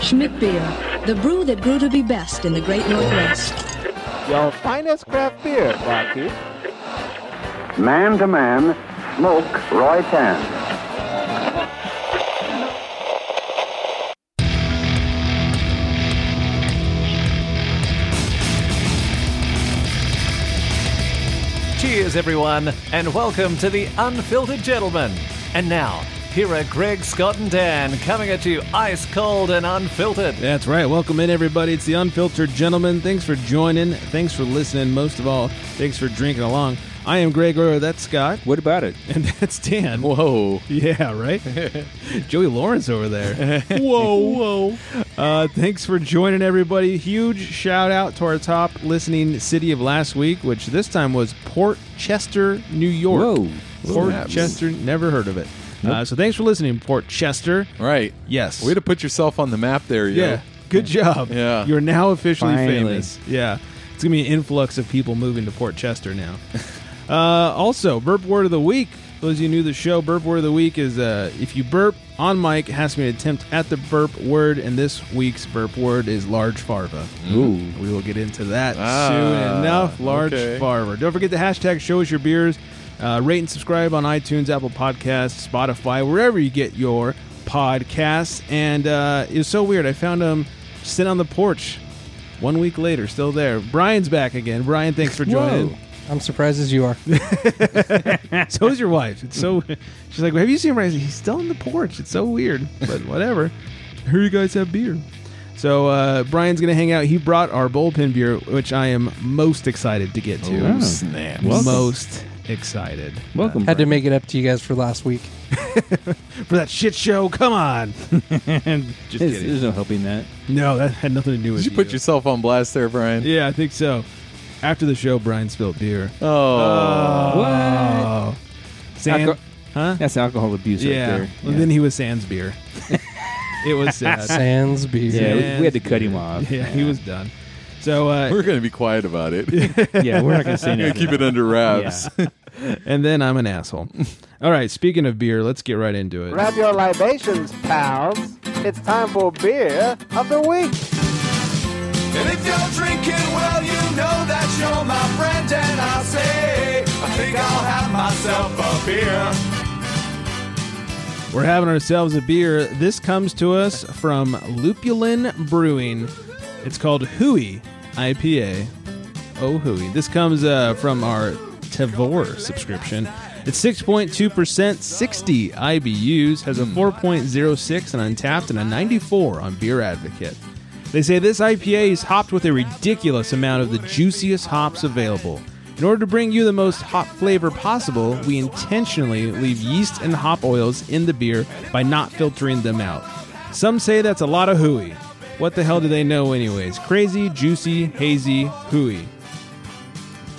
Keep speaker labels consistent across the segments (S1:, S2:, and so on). S1: Schmidt beer, the brew that grew to be best in the great Northwest.
S2: Your finest craft beer, Rocky.
S3: Man to man, smoke Roy Tan.
S4: Cheers, everyone, and welcome to The Unfiltered Gentleman. And now, here are Greg, Scott, and Dan coming at you ice cold and unfiltered.
S5: That's right. Welcome in, everybody. It's the Unfiltered Gentleman. Thanks for joining. Thanks for listening. Most of all, thanks for drinking along. I am Greg Royer. That's Scott.
S6: What about it?
S5: And that's Dan.
S6: Whoa.
S5: Yeah, right? Joey Lawrence over there. whoa, whoa. Uh, thanks for joining, everybody. Huge shout out to our top listening city of last week, which this time was Port Chester, New York.
S6: Whoa.
S5: Port
S6: Snaps.
S5: Chester, never heard of it. Uh, so thanks for listening, Port Chester.
S6: Right.
S5: Yes.
S6: Way to put yourself on the map there, yo.
S5: Yeah. Good job.
S6: Yeah.
S5: You're now officially
S7: Finally.
S5: famous. Yeah. It's going to be an influx of people moving to Port Chester now. uh, also, burp word of the week. Those of you new to the show, burp word of the week is uh, if you burp on mic, it has to be an attempt at the burp word. And this week's burp word is large farva.
S6: Ooh.
S5: We will get into that
S6: Ah,
S5: soon enough. Large
S6: okay.
S5: farva. Don't forget the hashtag show us your beers. Uh, rate and subscribe on iTunes, Apple Podcasts, Spotify, wherever you get your podcasts. And uh, it was so weird. I found him sitting on the porch one week later, still there. Brian's back again. Brian, thanks for joining.
S8: I'm surprised as you are.
S5: so is your wife. It's so. She's like, have you seen Brian? I said, He's still on the porch. It's so weird, but whatever. Here you guys have beer. So uh, Brian's gonna hang out. He brought our bullpen beer, which I am most excited to get to.
S6: Oh, snaps.
S5: Most excited
S7: Welcome.
S8: Had to make it up to you guys for last week.
S5: for that shit show. Come on. Just
S7: There's,
S5: kidding.
S7: there's no helping that.
S5: No, that had nothing to do with
S6: Did you put
S5: you.
S6: yourself on blast there, Brian?
S5: Yeah, I think so. After the show, Brian spilled beer.
S6: Uh,
S7: Uh,
S6: Oh.
S7: What?
S5: Oh, Sam,
S7: Alco-
S5: huh?
S7: That's alcohol abuse
S5: yeah.
S7: right there.
S5: And then he was Sans beer. it was sad.
S8: Sans
S7: yeah,
S8: beer.
S7: we, we had to cut him off.
S5: yeah, he was done. So uh,
S6: We're going to be quiet about it.
S7: yeah, we're not gonna say
S6: We're
S7: nothing.
S6: gonna keep it under wraps.
S5: and then I'm an asshole. All right. Speaking of beer, let's get right into it.
S2: Grab your libations, pals. It's time for beer of the week.
S9: And if you're drinking, well, you know that you're my friend, and I say, I think I'll have myself a beer.
S5: We're having ourselves a beer. This comes to us from Lupulin Brewing. It's called Hui IPA. Oh, Hui. This comes uh, from our Tavor subscription. It's 6.2%, 60 IBUs, has a 4.06 on Untapped and a 94 on Beer Advocate. They say this IPA is hopped with a ridiculous amount of the juiciest hops available. In order to bring you the most hop flavor possible, we intentionally leave yeast and hop oils in the beer by not filtering them out. Some say that's a lot of hooey. What the hell do they know, anyways? Crazy, juicy, hazy, hooey.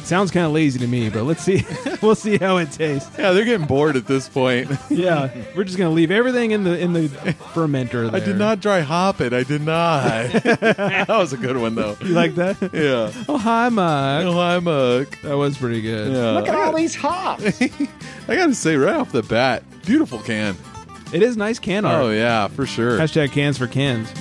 S5: Sounds kind of lazy to me, but let's see. we'll see how it tastes.
S6: yeah, they're getting bored at this point.
S5: Yeah, we're just gonna leave everything in the in the fermenter. There.
S6: I did not dry hop it. I did not. that was a good one, though.
S5: You like that.
S6: Yeah.
S5: Oh hi, Mike.
S6: Oh, I'm a.
S5: That was pretty good.
S6: Look at all these hops. I got to say, right off the bat, beautiful can.
S5: It is nice can art.
S6: Oh, yeah, for sure.
S5: Hashtag cans for cans.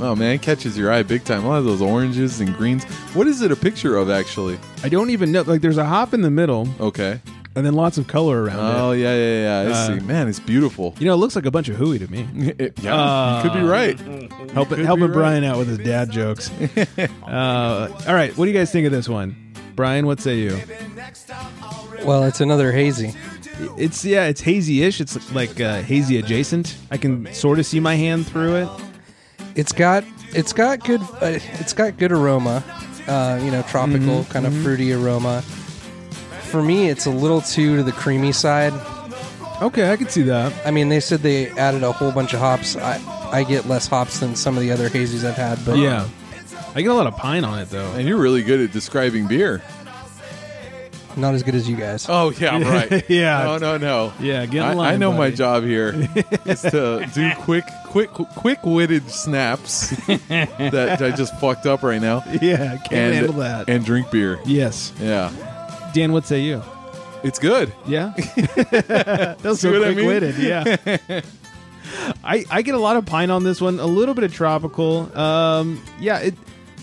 S6: Oh man, it catches your eye big time. A lot of those oranges and greens. What is it a picture of actually?
S5: I don't even know. Like, there's a hop in the middle,
S6: Okay.
S5: and then lots of color around
S6: Oh
S5: it.
S6: yeah, yeah, yeah. I
S5: Uh,
S6: see. Man, it's beautiful.
S5: You know, it looks like a bunch of hooey to me.
S6: It- yeah,
S5: Uh,
S6: you could be right.
S5: helping
S6: could
S5: helping
S6: be right.
S5: Brian out with his dad jokes. uh, all right, what do you guys think of this one, Brian? What say you?
S8: Well, it's another hazy.
S5: It's yeah, it's hazy-ish. It's like uh, hazy adjacent. I can sort of see my hand through it.
S8: It's got it's got good uh, it's got good aroma. Uh, you know, tropical kind of fruity aroma. For me, it's a little too to the creamy side.
S5: Okay, I can see that.
S8: I mean, they said they added a whole bunch of hops. I I get less hops than some of the other hazies I've had, but
S5: Yeah, I get a lot of pine on it though.
S6: And you're really good at describing beer.
S8: not as good as you guys.
S6: Oh yeah, right.
S5: Yeah.
S6: No, no, no.
S5: Yeah, get in
S6: I, I
S5: line,
S6: know my
S5: buddy.
S6: job here is to do quick, quick, quick-witted snaps that I just fucked up right now,
S5: Yeah, can't
S6: and
S5: handle that.
S6: and drink beer.
S5: yes,
S6: Yeah,
S5: Dan, what say you?
S6: it's good.
S5: Yeah, that's so
S6: what I mean?
S5: quick-witted. Yeah. I, I get a lot of pine on this one, a little bit of tropical. Um, yeah, it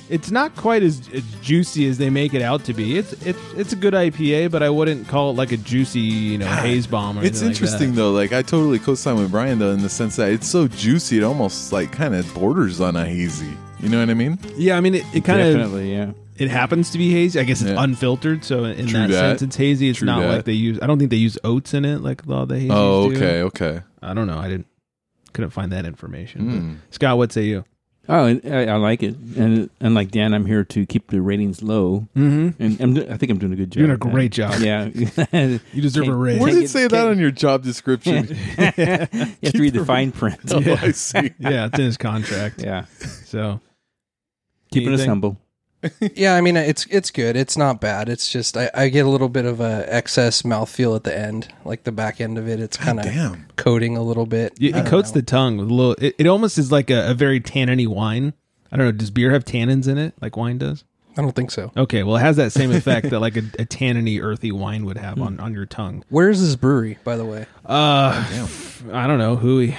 S5: it's not quite as, as juicy as they make it out to be. It's it's it's a good IPA, but I wouldn't call it like a juicy, you know, haze bomb. Or anything
S6: It's
S5: like
S6: interesting
S5: that.
S6: though. Like I totally co-sign with Brian though, in the sense that it's so juicy, it almost like kind of borders on a hazy. You know what I mean?
S5: Yeah, I mean, it, it kind of
S7: Definitely, yeah.
S5: it happens to be hazy. I guess it's
S6: Yeah.
S5: unfiltered, so in
S6: True
S5: that,
S6: that.
S5: sense, it's hazy. It's
S6: True
S5: not
S6: that.
S5: like they use. I don't think they use oats in it like all the hazies
S6: Oh,
S5: do.
S6: okay, okay.
S5: I don't know. I didn't couldn't find that information. but-
S6: Mm.
S5: Scott, what say you?
S7: Oh, and I, I like it, and and like Dan, I'm here to keep the ratings low,
S5: Mm-hmm.
S7: and I'm, do- I think I'm doing a good job.
S5: You're doing a
S7: at that.
S5: great job.
S7: Yeah,
S5: You deserve a
S7: Take-
S5: raise.
S6: Where
S7: Take
S6: did
S7: it-
S6: it say that
S7: take-
S6: on your job description?
S7: you have to read the fine print.
S6: oh, I see.
S5: yeah, it's in his contract.
S7: Yeah,
S5: So
S7: keeping us
S5: Anything?
S7: humble.
S8: yeah, I mean it's it's good. It's not bad. It's just I, I get a little bit of a excess mouthfeel at the end, like the back end of it. It's kind of
S6: Damn.
S8: coating a little bit.
S5: Yeah, it coats the tongue with a little. It, it almost is like a, a very tanniny wine. I don't know. Does beer have tannins in it like wine does?
S8: I don't think so.
S5: Okay, well, it has that same effect that like a, a tanniny, earthy wine would have on, on your tongue.
S8: Where's this brewery, by the way?
S5: Uh, I don't know. Hooey.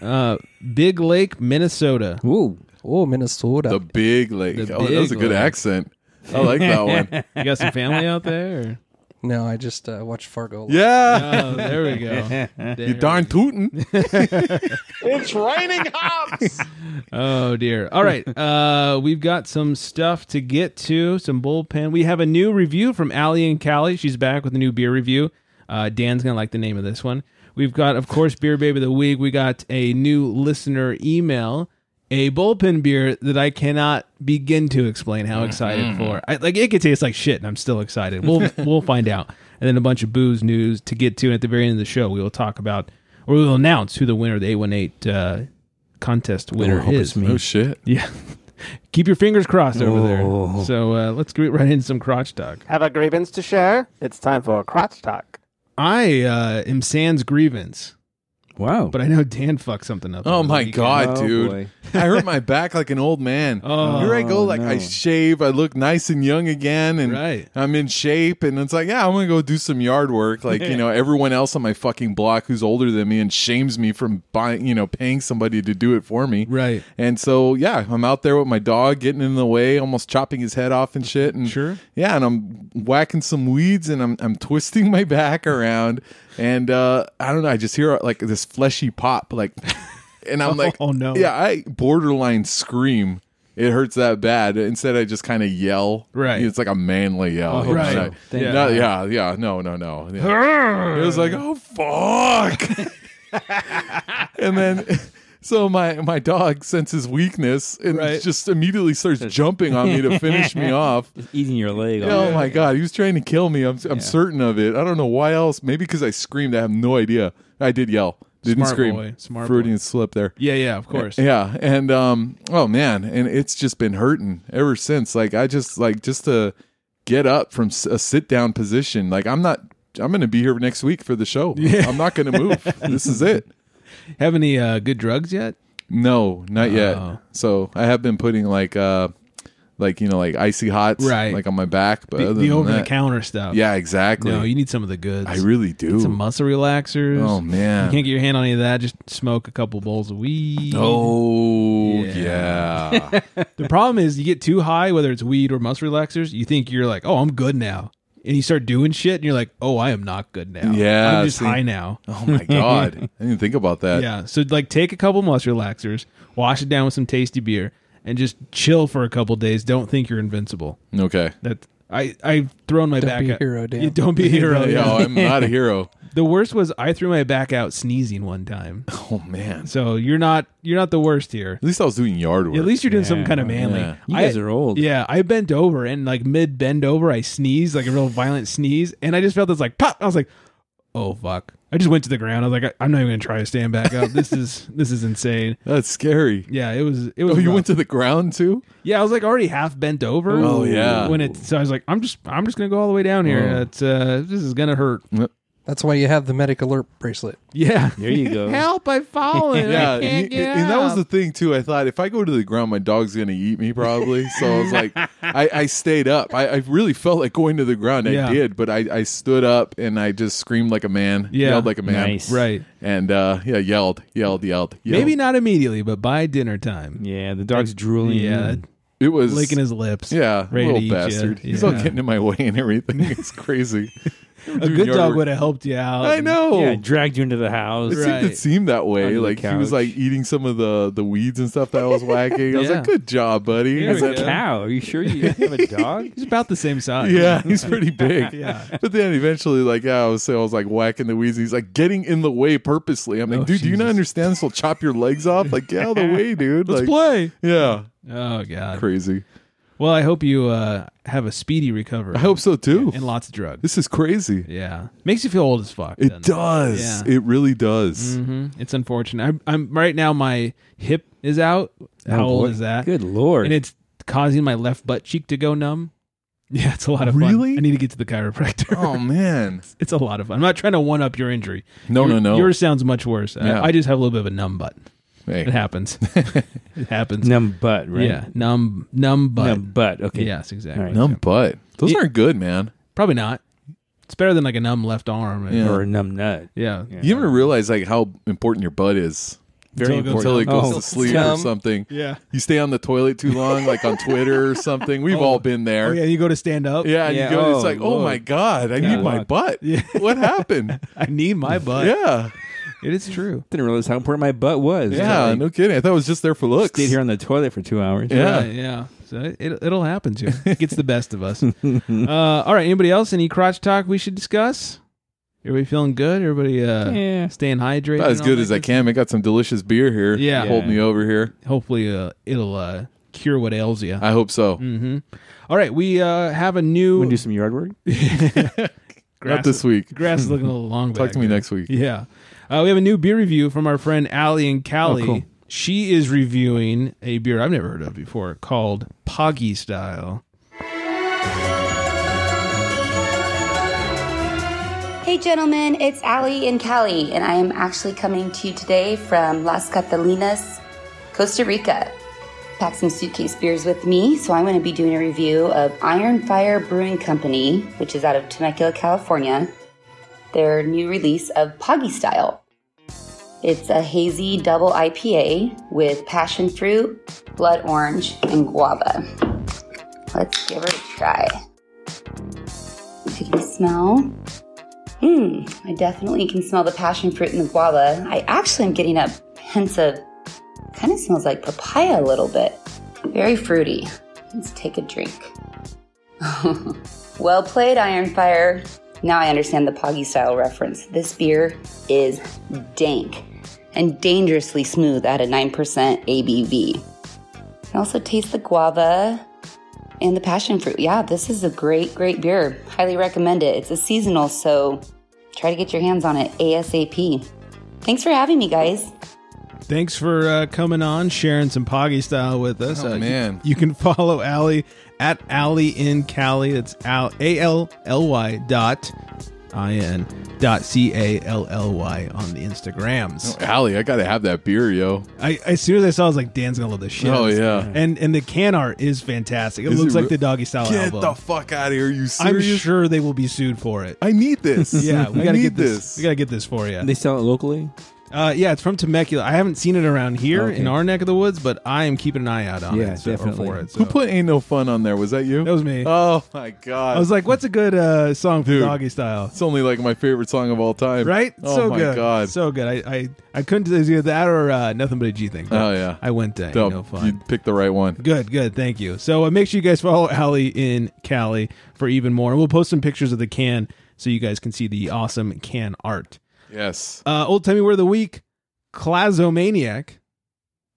S5: Uh, Big Lake, Minnesota.
S7: Ooh,
S8: Oh, Minnesota.
S6: The big lake.
S5: The
S6: oh, that was a
S5: big
S6: good
S5: lake.
S6: accent. I like that one.
S5: You got some family out there?
S8: no, I just uh, watched Fargo.
S6: Yeah.
S5: Oh, there we go.
S6: You darn tootin'.
S5: Oh dear. All right. Uh we've got some stuff to get to, some bullpen. We have a new review from Allie and Callie. She's back with a new beer review. Uh Dan's gonna like the name of this one. We've got, of course, Beer Baby of the Week. We got a new listener email, a bullpen beer that I cannot begin to explain
S6: Mm-hmm.
S5: how excited for. I, like it could taste like shit, and I'm still excited. We'll we'll find out. And then a bunch of booze news to get to. And at the very end of the show, we will talk about or we will announce who the winner of the 818 uh contest winner
S7: hope
S5: is.
S7: it's me.
S6: Oh shit.
S5: Yeah. Keep your fingers crossed over
S7: Oh.
S5: there. So uh, let's get right into some crotch talk.
S2: Have a grievance to share? It's time for crotch talk.
S5: I uh, am Sans grievance,
S7: Wow.
S5: but I know Dan fucked something up.
S6: Oh
S5: over the
S6: my
S5: weekend.
S6: god,
S7: Oh,
S6: dude!
S7: boy.
S6: I hurt my back like an old man.
S5: Oh,
S6: Here I go, like I
S7: no.
S6: shave, I look nice and young again, and
S5: Right.
S6: I'm in shape. And it's like, yeah, I'm gonna go do some yard work, like you know, everyone else on my fucking block who's older than me and shames me from buying, you know, paying somebody to do it for me.
S5: Right.
S6: And so, yeah, I'm out there with my dog, getting in the way, almost chopping his head off and shit. And
S5: Sure.
S6: yeah, and I'm whacking some weeds, and I'm I'm twisting my back around, and uh, I don't know, I just hear like this fleshy pop, like. And I'm like,
S5: Oh, no.
S6: yeah, I borderline scream. It hurts that bad. Instead, I just kind of yell.
S5: Right. Oh,
S6: It's like a manly yell. you know,
S5: Right.
S6: it's like,
S7: Thank
S6: no, yeah. Yeah. No. No. No. Yeah. it was like, oh fuck. and then, so my my dog senses weakness and
S5: Right.
S6: just immediately starts jumping on me to finish me off.
S7: eating your leg.
S6: Oh
S7: off.
S6: my god, he was trying to kill me. I'm I'm certain of it. I don't know why else. Maybe because I screamed. I have no idea. I did yell. Didn't
S5: Smart
S6: scream.
S5: boy. Smart boy.
S6: Freudian slip there.
S5: Yeah, yeah, of course.
S6: Yeah, and um, oh man, and it's just been hurting ever since. Like I just like just to get up from s- a sit down position. Like I'm not, I'm gonna be here next week for the show. I'm not gonna move. this is it. eh.
S5: Have any uh, good drugs yet?
S6: No, not
S5: Oh.
S6: yet. So I have been putting like uh, like you know like icy hots
S5: Right.
S6: like on my back, but
S5: The,
S6: other
S5: the
S6: than
S5: over the
S6: that-
S5: counter stuff.
S6: Yeah, exactly.
S5: No, you need some of the goods.
S6: I really
S5: Need some
S6: do.
S5: muscle relaxers.
S6: Oh
S5: You can't
S6: man.
S5: get your hand on any of that. Just smoke a couple bowls of weed.
S6: Oh yeah.
S5: The problem is you get too high, whether it's weed or muscle relaxers, you think you're like, oh, I'm good now. And you start doing shit and you're like, oh, I am not good now.
S6: Yeah,
S5: I'm just
S6: see.
S5: high now.
S6: oh my god. I didn't think about that.
S5: Yeah. So like take a couple muscle relaxers, wash it down with some tasty beer, and just chill for a couple days. Don't think you're invincible.
S6: Okay.
S5: That I I've thrown my
S8: Don't
S5: back
S8: be a
S5: out-
S8: hero, Dan.
S5: Yeah, don't be a hero.
S6: Yo,
S5: yeah.
S6: oh, I'm not a hero.
S5: The worst was I threw my back out sneezing one time.
S6: Oh man.
S5: So you're not you're not the worst here.
S6: At least I was doing yard work.
S5: At least you're doing something
S7: Yeah.
S5: kind of manly.
S6: Yeah.
S7: You
S5: I-
S7: guys are old.
S5: Yeah, I bent over and like mid bend over, I sneezed like a real violent sneeze, and I just felt this like pop. I was like, "Oh fuck!" I just went to the ground. I was like, I- "I'm not even gonna try to stand back up. This is this is insane."
S6: That's scary.
S5: Yeah, it was it was.
S6: Oh, you
S5: rough.
S6: went to the ground too?
S5: Yeah, I was like already half bent over.
S6: Oh, yeah.
S5: When it so I was like, I'm just I'm just gonna go all the way down here.
S6: Oh.
S5: It's uh this is gonna hurt.
S6: Yep.
S8: That's why you have the medic alert bracelet.
S5: Yeah.
S7: There you go.
S5: Help! I've fallen.
S6: Yeah,
S5: I
S6: and,
S5: can't
S6: you-
S5: get
S6: and that was the
S5: up.
S6: thing too. I thought if I go to the ground, my dog's gonna eat me probably. So I was like, I, I stayed up. I, I really felt like going to the ground. I
S5: Yeah.
S6: did, but I, I stood up and I just screamed like a man,
S5: Yeah.
S6: yelled like a man,
S7: Nice.
S5: right.
S6: and uh, yeah, yelled, yelled, yelled, yelled.
S5: Maybe not immediately, but by dinner time.
S7: Yeah, the dog's drooling.
S5: Yeah,
S6: It was
S5: licking his lips.
S6: Mm. yeah,
S5: ready to eat
S6: little
S5: ya.
S6: bastard. He's all
S5: Yeah.
S6: getting in my way and everything. It's crazy.
S5: a good dog would have helped you out.
S6: I know.
S7: Yeah, dragged you into the house.
S6: It seemed,
S5: Right.
S6: it seemed that way.
S7: Under the
S6: like he was
S7: couch.
S6: like eating some of the the weeds and stuff that I was whacking. I was
S5: Yeah.
S6: like, "Good job, buddy."
S5: Here
S6: It's
S7: That's
S5: we
S6: like,
S7: a
S5: go.
S7: cow. Are you sure you have a dog?
S5: He's about the same size.
S6: Yeah, he's pretty big.
S5: Yeah.
S6: But then eventually, like, yeah, I was so I was like whacking the weeds. He's like getting in the way purposely. I'm like,
S5: Oh,
S6: dude, do you not
S5: Jesus.
S6: understand this will chop your legs off? Like, get out of the way, dude.
S5: Let's
S6: like,
S5: play.
S6: Yeah.
S5: Oh god.
S6: Crazy.
S5: Well, I hope you uh, have a speedy recovery.
S6: I hope so too.
S5: And lots of drugs.
S6: This is crazy.
S5: yeah. Makes you feel old as fuck.
S6: It
S5: doesn't
S6: does.
S5: Yeah.
S6: It really does.
S5: hmm It's unfortunate. I'm, I'm right now. My hip is out. How
S7: Oh,
S5: old
S7: boy.
S5: is that?
S7: Good lord.
S5: And it's causing my left butt cheek to go numb. Yeah, it's a lot of fun.
S6: Really?
S5: I need to get to the chiropractor.
S6: Oh man.
S5: It's a lot of fun. I'm not trying to one up your injury.
S6: No,
S5: Your-
S6: no, no.
S5: Yours sounds much worse. I-
S6: Yeah.
S5: I, just have a little bit of a numb butt. It
S6: Hey.
S5: happens. it happens.
S7: numb butt, right?
S5: Yeah, numb, numb butt.
S7: Numb butt. Okay.
S5: Yes, exactly.
S7: All right.
S6: Numb butt. Those
S5: Yeah.
S6: aren't good, man.
S5: Probably not. It's better than like a numb left arm.
S6: Yeah.
S7: Or a numb nut.
S5: Yeah.
S6: You ever realize like how important your butt is?
S5: Very
S6: until it
S7: important.
S6: goes
S7: Oh.
S6: to sleep or
S8: Dumb.
S6: something.
S5: Yeah.
S6: You stay on the toilet too long, like on Twitter or something. We've all been there.
S5: Oh, yeah. You go to stand up.
S6: Yeah, and
S7: Yeah,
S6: you go, and it's
S7: oh,
S6: like, oh
S7: Lord.
S6: my God, I
S7: Yeah.
S6: need my
S7: Look.
S6: butt. What happened?
S5: I need my butt.
S6: yeah.
S5: It is true.
S7: Didn't realize how important my butt was.
S6: Yeah,
S7: Like,
S6: no kidding. I thought it was just there for looks.
S7: Stayed here on the toilet for two hours.
S6: Yeah.
S5: Right, yeah. So it, it, it'll happen to you. It gets the best of us. uh, all right. Anybody else? Any crotch talk we should discuss? Everybody feeling good? Everybody uh,
S7: Yeah.
S5: staying hydrated?
S6: About
S5: and
S6: as
S5: all
S6: good
S5: that
S6: as I
S5: good
S6: can. I got some delicious beer here.
S5: Yeah.
S6: Hold me over here.
S5: stuff? Hopefully uh, it'll uh, cure what ails you.
S6: I hope so.
S5: hmm All right. We uh, have a
S7: Want
S5: new.
S7: to do some yard work?
S6: Not this week.
S5: grass is looking a little long.
S6: Talk
S5: back
S6: to me
S5: there.
S6: next week.
S5: Yeah. Uh, we have a new beer review from our friend Allie and Callie.
S7: Oh, cool.
S5: She is reviewing a beer I've never heard of before called Poggy Style.
S10: Hey, gentlemen, it's Allie and Callie, and I am actually coming to you today from Las Catalinas, Costa Rica. Packed some suitcase beers with me, so I'm going to be doing a review of Iron Fire Brewing Company, which is out of Temecula, California, their new release of Poggy Style. It's a hazy double IPA with passion fruit, blood orange, and guava. Let's give her a try. If you can smell, Hmm, I definitely can smell the passion fruit and the guava. I actually am getting a hint of kind of smells like papaya a little bit. Very fruity. Let's take a drink. well played, Iron Fire. Now I understand the Poggy style reference. This beer is dank and dangerously smooth at a 9% ABV. You can also taste the guava and the passion fruit. Yeah, this is a great, great beer. Highly recommend it. It's a seasonal, so try to get your hands on it ASAP. Thanks for having me, guys.
S5: Thanks for uh, coming on, sharing some Poggy Style with us.
S6: Oh,
S5: Uh, you-
S6: man.
S5: You, can follow Allie at Allie in Cali. It's Al- A-L-L-Y dot I-N dot C-A-L-L-Y on the Instagrams.
S6: Allie, I got to have that beer, yo.
S5: I, as soon as I saw, it, I was like, Dan's gonna love this shit.
S6: Oh, yeah.
S5: and and the can art is fantastic. It
S6: Is
S5: looks
S6: it
S5: like
S6: re-
S5: the doggy style
S6: Get
S5: album.
S6: the fuck out of here. Are you
S5: I'm
S6: serious?
S5: sure they will be sued for it.
S6: I need this.
S5: Yeah, we
S6: I
S5: gotta
S6: need
S5: get this. We gotta get this for
S7: They
S5: you.
S7: sell it locally?
S5: Uh, yeah, it's from Temecula. I haven't seen it around here
S7: Okay.
S5: in our neck of the woods, but I am keeping an eye out on
S7: Yeah,
S5: it. so- or
S7: definitely.
S5: for it. so.
S6: Who put Ain't No Fun on there? Was that you?
S5: That was me.
S6: Oh, my God.
S5: I was like, what's a good uh, song for
S6: Dude.
S5: doggy style?
S6: it's only like my favorite song of all time.
S5: Right?
S6: Oh,
S5: so
S6: my
S5: good.
S6: God.
S5: So good. I I, I couldn't do it was either that or uh, nothing but a G thing. but
S6: Oh, yeah.
S5: I went to Ain't
S6: Dumb.
S5: no fun.
S6: You picked the right one.
S5: Good, good. Thank you. So uh, make sure you guys follow Allie in Cali for even more. And we'll post some pictures of the can so you guys can see the awesome can art.
S6: Yes.
S5: Uh, Old Timey Word of the Week, Clasomaniac.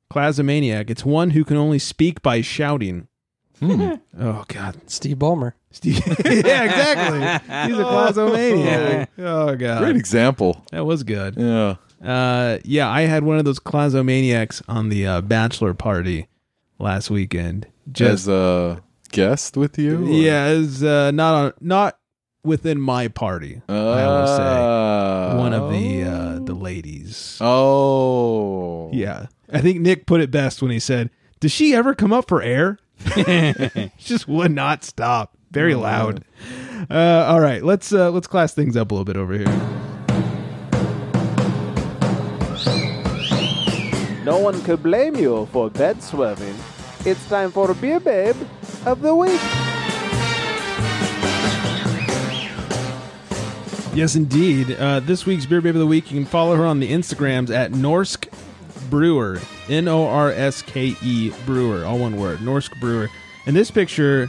S5: Clasomaniac. It's one who can only speak by shouting. Oh, God.
S8: Steve Ballmer.
S5: Steve. yeah, exactly. He's a clasomaniac. Oh, God.
S6: Great example.
S5: That was good.
S6: Yeah.
S5: Uh, yeah, I had one of those clasomaniacs on the uh, bachelor party last weekend. Just
S6: as a guest with you? or-
S5: Yeah, it was uh, not on not within my party. I always say
S6: Uh,
S5: one of the uh, the ladies.
S6: Oh.
S5: Yeah, I think Nick put it best when he said, "Does she ever come up for air?" she just would not stop. Very loud. Uh, all right, let's uh, let's class things up a little bit over here.
S2: No one could blame you for bed swerving. It's time for Beer Babe of the Week.
S5: Yes, indeed. Uh, this week's beer babe of the week. You can follow her on the Instagrams at Norsk Brewer, N O R S K E Brewer, all one word, Norsk Brewer. And this picture,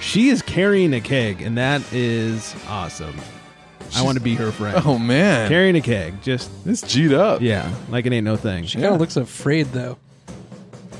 S5: she is carrying a keg, and that is awesome. I want to be her friend.
S6: Oh man.
S5: Carrying a keg, just
S6: This G'd up.
S5: yeah, like it ain't no thing.
S8: She kind of looks afraid though.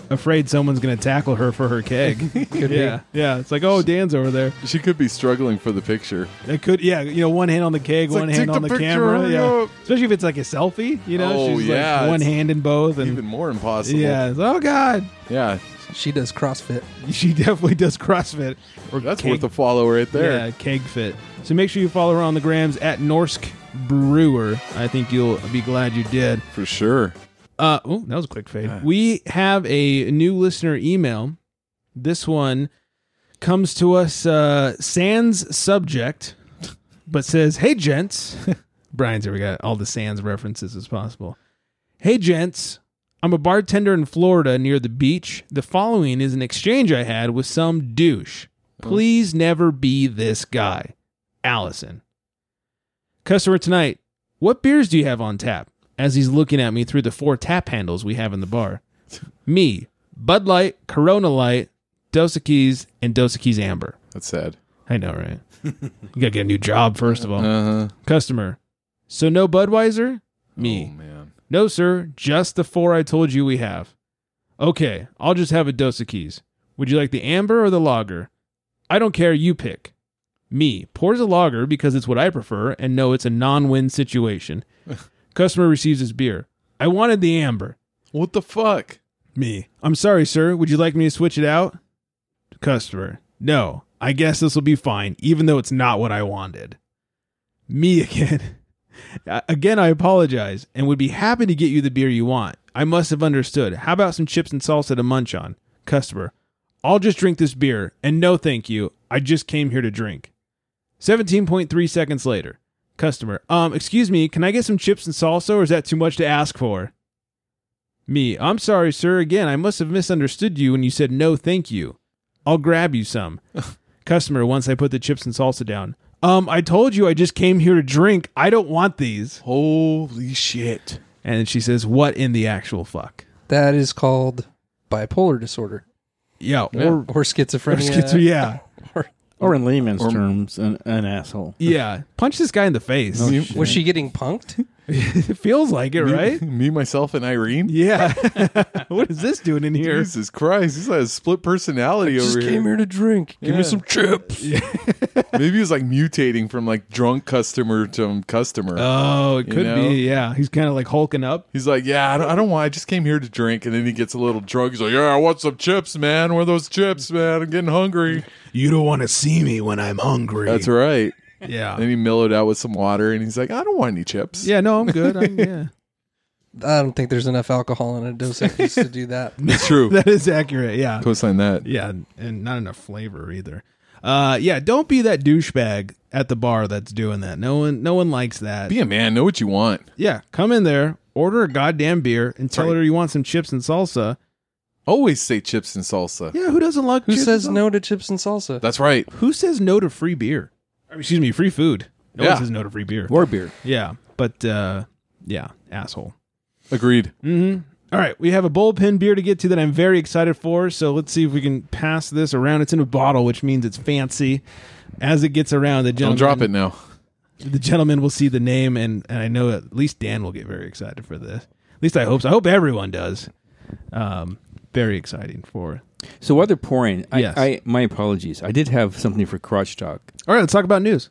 S5: afraid someone's gonna tackle her for her keg. yeah, yeah. It's like, oh, Dan's over there.
S6: She could be struggling for the picture.
S5: It could, yeah. You know, one hand on the keg,
S6: like,
S5: one
S6: take
S5: hand
S6: the
S5: on the,
S6: picture,
S5: camera.
S6: hurry
S5: Yeah,
S6: up.
S5: especially if it's like a selfie. You know,
S6: Oh,
S5: she's
S6: yeah,
S5: like one
S6: it's
S5: hand in both, and
S6: Even more impossible.
S5: yeah. it's, Oh God,
S6: Yeah.
S8: She does CrossFit.
S5: she definitely does CrossFit. Or
S6: That's
S5: keg-
S6: worth a follow right there.
S5: Yeah, keg fit. So make sure you follow her on the grams at Norsk Brewer. I think you'll be glad you did.
S6: For sure.
S5: Uh, oh, that was a quick fade. We have a new listener email. This one comes to us uh, sans subject, but says, "Hey gents." Brian's here. We got all the sans references as possible. Hey gents, I'm a bartender in Florida near the beach. The following is an exchange I had with some douche. Please never be this guy, Allison. Customer tonight, what beers do you have on tap? As he's looking at me through the four tap handles we have in the bar. Me, Bud Light, Corona Light, Dos Equis, and Dos Equis Amber.
S6: That's sad.
S5: I know, right? you gotta get a new job first of all.
S6: Uh huh.
S5: Customer, so no Budweiser? Me,
S6: Oh man.
S5: no sir, just the four I told you we have. Okay, I'll just have a Dos Equis. Would you like the amber or the lager? I don't care, you pick. Me pours a lager because it's what I prefer and no, it's a non-win situation. Customer receives his beer. I wanted the amber.
S6: What the fuck?
S5: Me. I'm sorry, sir. Would you like me to switch it out? Customer. No. I guess this will be fine, even though it's not what I wanted. Me again. Uh, again, I apologize and would be happy to get you the beer you want. I must have understood. How about some chips and salsa to munch on? Customer. I'll just drink this beer and no thank you. I just came here to drink. 17.3 seconds later. Customer. Um, excuse me, can I get some chips and salsa or is that too much to ask for? Me, I'm sorry, sir. Again, I must have misunderstood you when you said no, thank you. I'll grab you some. Customer, once I put the chips and salsa down. Um, I told you I just came here to drink. I don't want these.
S6: Holy shit.
S5: And she says, What in the actual fuck?
S8: That is called bipolar disorder
S5: Yeah.
S8: or,
S5: Or, or
S8: schizophrenia.
S5: schizo- yeah.
S7: Or in layman's
S6: Or-
S7: terms, an, an asshole.
S5: Yeah. Punch this guy in the face.
S7: No
S6: you-
S7: shit.
S8: Was she getting punked?
S5: it feels like it,
S6: Me-
S5: right?
S6: Me, myself, and Irene.
S5: Yeah. what is this doing in here?
S6: Jesus Christ, he's like a split personality
S8: Just
S6: over
S8: came
S6: here.
S8: here to drink. Give
S6: Yeah.
S8: me some chips.
S6: Maybe he was like mutating from like drunk customer to um, customer.
S5: Oh, it
S6: You
S5: could
S6: know?
S5: be. Yeah. He's kind of like hulking up.
S6: he's like, yeah, I don't, I don't want. I just came here to drink, and then he gets a little drunk. He's like, yeah, I want some chips, man. Where are those chips, man? I'm getting hungry.
S5: You don't want to see me when I'm hungry.
S6: That's right.
S5: Yeah.
S6: Then he mellowed out with some water, and he's like, I don't want any chips.
S5: Yeah, no, I'm good. I'm, yeah.
S8: I don't think there's enough alcohol in a Dos Equis to do that.
S6: it's true.
S5: that is accurate. Yeah.
S6: Co-sign that.
S5: Yeah. and- And not enough flavor either. Uh, yeah. Don't be that douchebag at the bar that's doing that. No one, no one likes that.
S6: Be a man. Know what you want.
S5: yeah. Come in there, order a goddamn beer and tell
S6: Right.
S5: her you want some chips and salsa.
S6: Always say chips and salsa.
S5: Yeah. Who doesn't like
S8: Who
S5: chips
S8: says
S5: and
S8: no to chips and salsa?
S6: That's right.
S5: sal- Who says no to free beer? I mean, excuse me, free food. No
S6: Yeah.
S5: one says no to free beer.
S7: Or beer.
S5: Yeah. But, uh, yeah, asshole.
S6: Agreed.
S5: All right, we have a bullpen beer to get to that I'm very excited for. So let's see if we can pass this around. It's in a bottle, which means it's fancy. As it gets around, the
S6: Don't
S5: gentleman
S6: drop it now.
S5: The gentleman will see the name, and and I know at least Dan will get very excited for this. At least I hope so. I hope everyone does. Um, very exciting for.
S7: So while they're pouring, I,
S5: Yes.
S7: I my apologies. I did have something for crotch talk.
S5: All right, let's talk about news.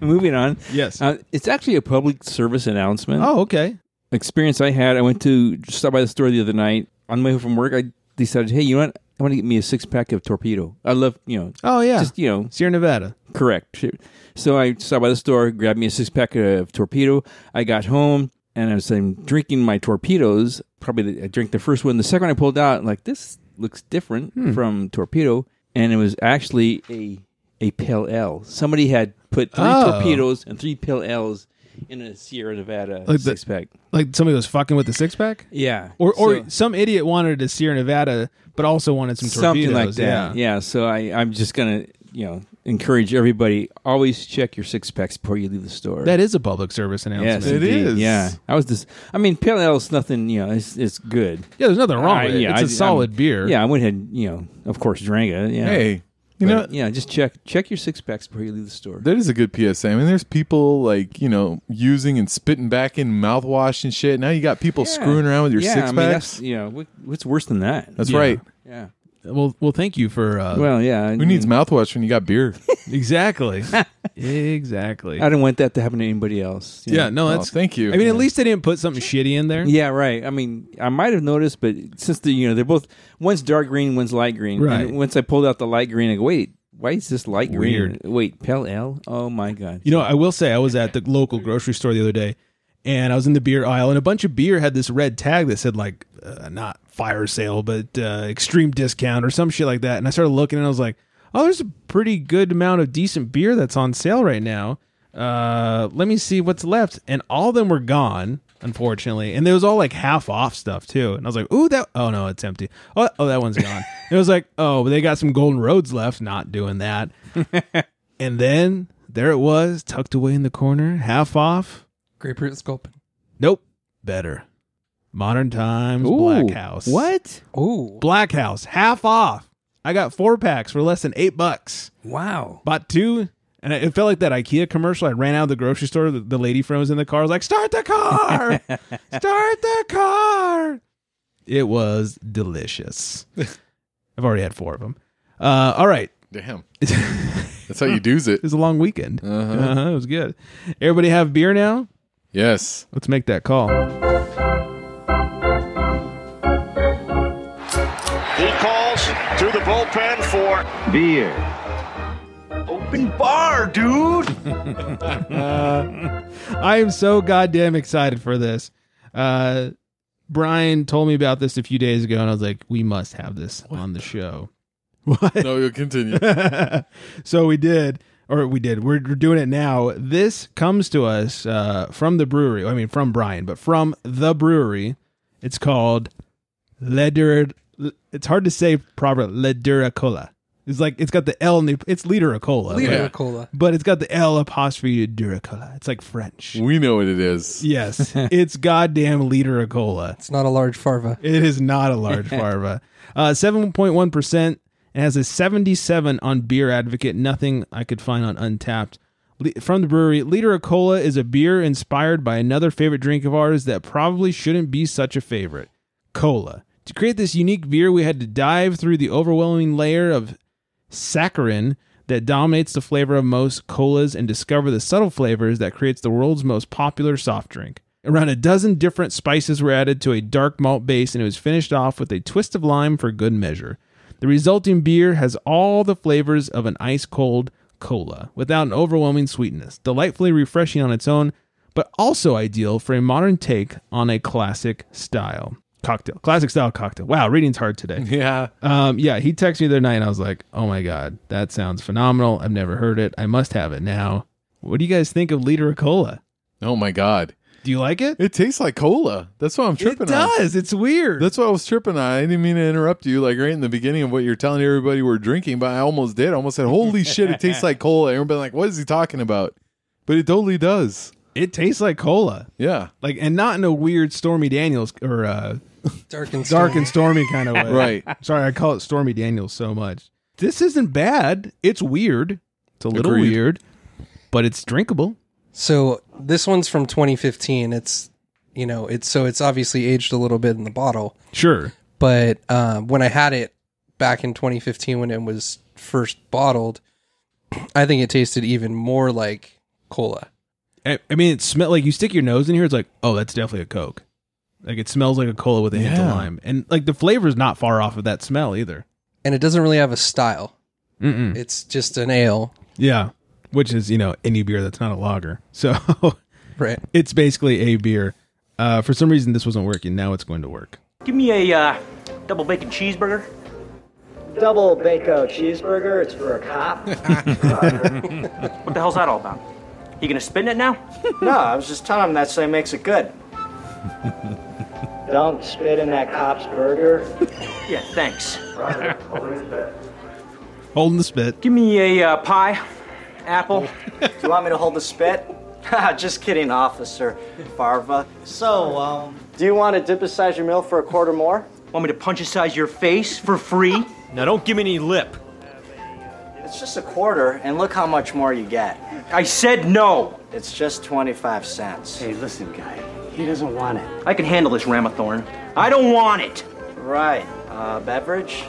S7: Moving on.
S5: Yes.
S7: Uh, it's actually a public service announcement.
S5: Oh, okay.
S7: Experience I had. I went to stop by the store the other night on my way from work. I decided, hey, you know what? I want to get me a six pack of torpedo. I love you know.
S5: Oh yeah,
S7: Just you know,
S5: Sierra Nevada.
S7: Correct. So I stopped by the store, grabbed me a six pack of torpedo. I got home and I was um, drinking my torpedoes. Probably the, I drank the first one. The second one I pulled out, like this looks different
S5: Hmm.
S7: from torpedo, and it was actually a a pale L. Somebody had put three
S5: Oh.
S7: torpedoes and three pale L's in a Sierra Nevada
S5: Like the-
S7: six pack.
S5: Like somebody was fucking with the six pack,
S7: Yeah,
S5: or or
S7: So-
S5: some idiot wanted a Sierra Nevada, but also wanted some torpedoes.
S7: something like that. Yeah. So I I'm just gonna you know encourage everybody always check your six packs before you leave the store.
S5: that is a public service announcement.
S7: Yes,
S6: It
S7: indeed.
S6: is.
S7: Yeah, I was just. I mean, pale ale's nothing. You know, it's it's good.
S5: Yeah, there's nothing wrong
S7: I-
S5: with it.
S7: yeah,
S5: it's
S7: I-
S5: a solid
S7: I'm-
S5: beer.
S7: Yeah, I went ahead. You know, of course, drank it. Yeah.
S6: Hey,
S7: But,
S6: you know
S7: yeah, just check check your six packs before you leave the store.
S6: that is a good PSA. I mean, there's people like you know using and spitting back in mouthwash and shit. Now you got people
S7: Yeah.
S6: screwing around with your
S7: yeah,
S6: six
S7: I mean,
S6: packs.
S7: that's, you know, what, what's worse than that?
S6: That's
S5: Yeah.
S6: right.
S7: yeah.
S5: Well, well, thank you for uh,
S7: Well, yeah. I
S6: Who needs
S7: mean,
S6: mouthwash when you got beer?
S5: exactly, exactly.
S7: I didn't want that to happen to anybody else. you
S5: Yeah,
S7: know?
S5: no,
S6: Oh,
S5: that's
S6: thank you.
S5: I mean, at least they didn't put something shitty in there.
S7: Yeah, right. I mean, I might have noticed, but since the you know they're both one's dark green, one's light green.
S5: Right.
S7: And once I pulled out the light green, I go, wait, why is this light green?
S5: Weird.
S7: Wait, pale ale? Oh my god.
S5: You know, I will say I was at the local grocery store the other day, and I was in the beer aisle, and a bunch of beer had this red tag that said like uh, not fire sale, but uh, extreme discount or some shit like that. And I started looking, and I was like, oh, there's a pretty good amount of decent beer that's on sale right now. Uh, let me see what's left, and all of them were gone. Unfortunately, and there was all like half off stuff too, and I was like, "Ooh, that! Oh no, it's empty. Oh, oh that one's gone." it was like, "Oh, but they got some Golden Roads left. Not doing that." And then there it was, tucked away in the corner, half off.
S8: Grapefruit sculpin.
S5: Nope. Better. Modern Times
S7: Ooh,
S5: Black House.
S7: What?
S8: Oh,
S5: Black House, half off. I got four packs for less than eight bucks.
S8: wow.
S5: Bought two, and it felt like that IKEA commercial. I ran out of the grocery store. The, the lady friend was in the car. I was like, start the car! start the car! It was delicious. I've already had four of them. Uh, all right.
S6: Damn, that's how you do's it.
S5: It was a long weekend. Uh-huh. it was good. Everybody have beer now?
S6: Yes.
S5: Let's make that call.
S9: He calls to the bullpen for
S3: Beer.
S9: open bar, dude.
S5: I am so goddamn excited for this. Uh, Brian told me about this a few days ago, and I was like, we must have this on the show. What?
S6: No, you'll continue.
S5: so we did, or we did. We're, we're doing it now. This comes to us uh, from the brewery. I mean, from Brian, but from the brewery. It's called Leder. It's hard to say proper Lederacola. It's like it's got the L in the. It's Lederacola,
S8: Liter
S6: Yeah.
S8: of cola.
S5: but it's got the L apostrophe Duracola. It's like French.
S6: we know what it is.
S5: Yes, it's goddamn liter of cola.
S8: It's not a large farva.
S5: It is not a large farva. Uh, Seven point one percent. It has a seventy-seven on Beer Advocate. Nothing I could find on Untapped. Le- From the brewery, liter of cola is a beer inspired by another favorite drink of ours that probably shouldn't be such a favorite, cola. To create this unique beer, we had to dive through the overwhelming layer of saccharin that dominates the flavor of most colas and discover the subtle flavors that creates the world's most popular soft drink. Around a dozen different spices were added to a dark malt base and it was finished off with a twist of lime for good measure. The resulting beer has all the flavors of an ice cold cola without an overwhelming sweetness, delightfully refreshing on its own, but also ideal for a modern take on a classic style cocktail. Classic style cocktail. Wow, reading's hard today.
S6: Yeah.
S5: Um, yeah, he texted me the other night, and I was like, "Oh my god, that sounds phenomenal! I've never heard it. I must have it now." What do you guys think of Liter Cola?
S6: Oh my god.
S5: Do you like it?
S6: It tastes like cola. That's what I'm tripping
S5: it
S6: on.
S5: does. It's weird.
S6: That's what I was tripping on. I didn't mean to interrupt you, like right in the beginning of what you're telling everybody we're drinking, but I almost did. I almost said, "Holy shit, it tastes like cola." Everybody like, "What is he talking about?" But it totally does.
S5: it tastes like cola,
S6: Yeah,
S5: like, and not in a weird Stormy Daniels or uh,
S8: Dark and
S5: dark
S8: stormy.
S5: and stormy kind of way.
S6: right.
S5: Sorry, I call it Stormy Daniels so much. This isn't bad. It's weird. It's a little
S6: Agreed.
S5: weird, but it's drinkable.
S8: So this one's from 2015. It's you know it's so it's obviously aged a little bit in the bottle.
S5: Sure.
S8: But um, when I had it back in 2015 when it was first bottled, I think it tasted even more like cola.
S5: I, I mean, it smell like you stick your nose in here. It's like, oh, that's definitely a Coke. Like it smells like a cola with a hint of
S6: Yeah.
S5: lime, and like the flavor is not far off of that smell either.
S8: and it doesn't really have a style.
S5: Mm-mm.
S8: It's just an ale,
S5: Yeah, which is you know any beer that's not a lager. So
S8: right?
S5: it's basically a beer. Uh, for some reason, this wasn't working. Now it's going to work.
S11: Give me a uh, double bacon cheeseburger.
S12: Double bacon cheeseburger. It's for a cop.
S11: What the hell's that all about? You gonna spin it now?
S12: no, I was just telling him that so he makes it good. Don't spit in that cop's burger.
S11: Yeah, thanks.
S5: Holding the spit.
S11: Give me a uh, pie, apple.
S12: Do you want me to hold the spit? Ha, just kidding, Officer Farva. So, um, do you want to dip aside your meal for a quarter more?
S11: Want me to punch size your face for free? now don't give me any lip.
S12: It's just a quarter, and look how much more you get.
S11: I said no.
S12: It's just 25 cents. Hey, listen, guy. He doesn't want it.
S11: I can handle this Ramathorn. I don't want it.
S12: Right. Uh, beverage?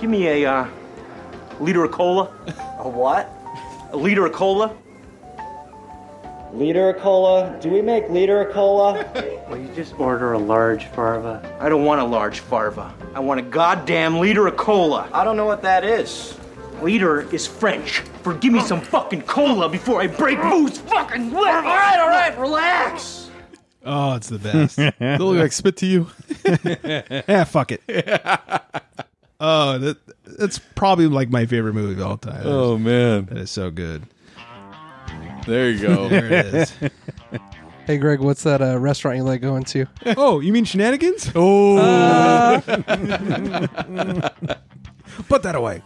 S11: Give me a uh, liter of cola.
S12: A what?
S11: A liter of cola.
S12: Liter of cola? Do we make liter of cola?
S11: Well, you just order a large farva. I don't want a large farva. I want a goddamn liter of cola.
S12: I don't know what that is.
S11: Liter is French for give me some fucking cola before I break Boo's fucking lip.
S12: All right, all right, relax.
S5: Oh, it's the best.
S6: Does it look like spit to you?
S5: yeah, fuck it. oh, that, that's probably like my favorite movie of all time.
S6: Oh man,
S5: That is so good.
S6: there you go.
S5: There it is.
S8: Hey, Greg, what's that uh, restaurant you like going to?
S5: oh, you mean shenanigans?
S6: oh,
S5: Put that away.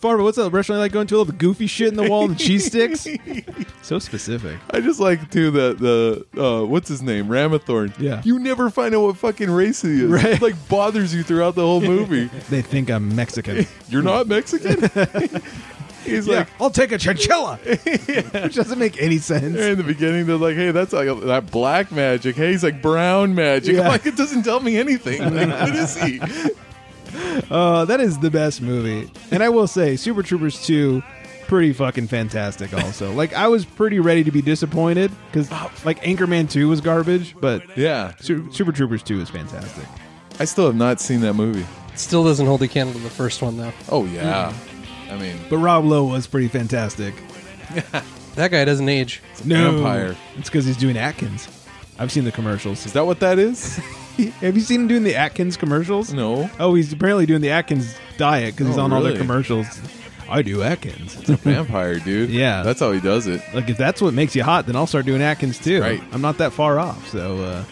S5: Farva, what's that restaurant you like going to? All the goofy shit in the wall and the cheese sticks? so specific.
S6: I just like too the the uh, what's his name Ramathorn.
S5: Yeah.
S6: you never find out what fucking race he is.
S5: Right.
S6: It, like bothers you throughout the whole movie.
S5: They think I'm Mexican.
S6: You're not Mexican. He's like.
S5: I'll take a chinchilla. Which doesn't make any
S6: They're
S5: sense.
S6: in the beginning, they're like, "Hey, that's like that black magic." Hey, he's like brown magic.
S5: Yeah.
S6: Like it doesn't tell me anything. Like, what is he?
S5: Uh, that is the best movie. And I will say, Super Troopers 2, pretty fucking fantastic also. like, I was pretty ready to be disappointed because, like, Anchorman 2 was garbage, but
S6: Yeah,
S5: Su- Super Troopers 2 is fantastic.
S6: I still have not seen that movie.
S8: Still doesn't hold a candle to the first one though.
S6: Oh yeah, I mean,
S5: But Rob Lowe was pretty fantastic.
S8: That guy doesn't age.
S6: it's a vampire.
S5: It's because he's doing Atkins. I've seen the commercials.
S6: Is that what that is?
S5: Have you seen him doing the Atkins commercials?
S6: no.
S5: Oh, he's apparently doing the Atkins diet because he's
S6: Oh,
S5: on all their
S6: really?
S5: commercials. I do Atkins.
S6: vampire dude.
S5: Yeah.
S6: that's how he does it.
S5: Like if that's what makes you hot, then I'll start doing Atkins too.
S6: Right.
S5: I'm not that far off. So, uh,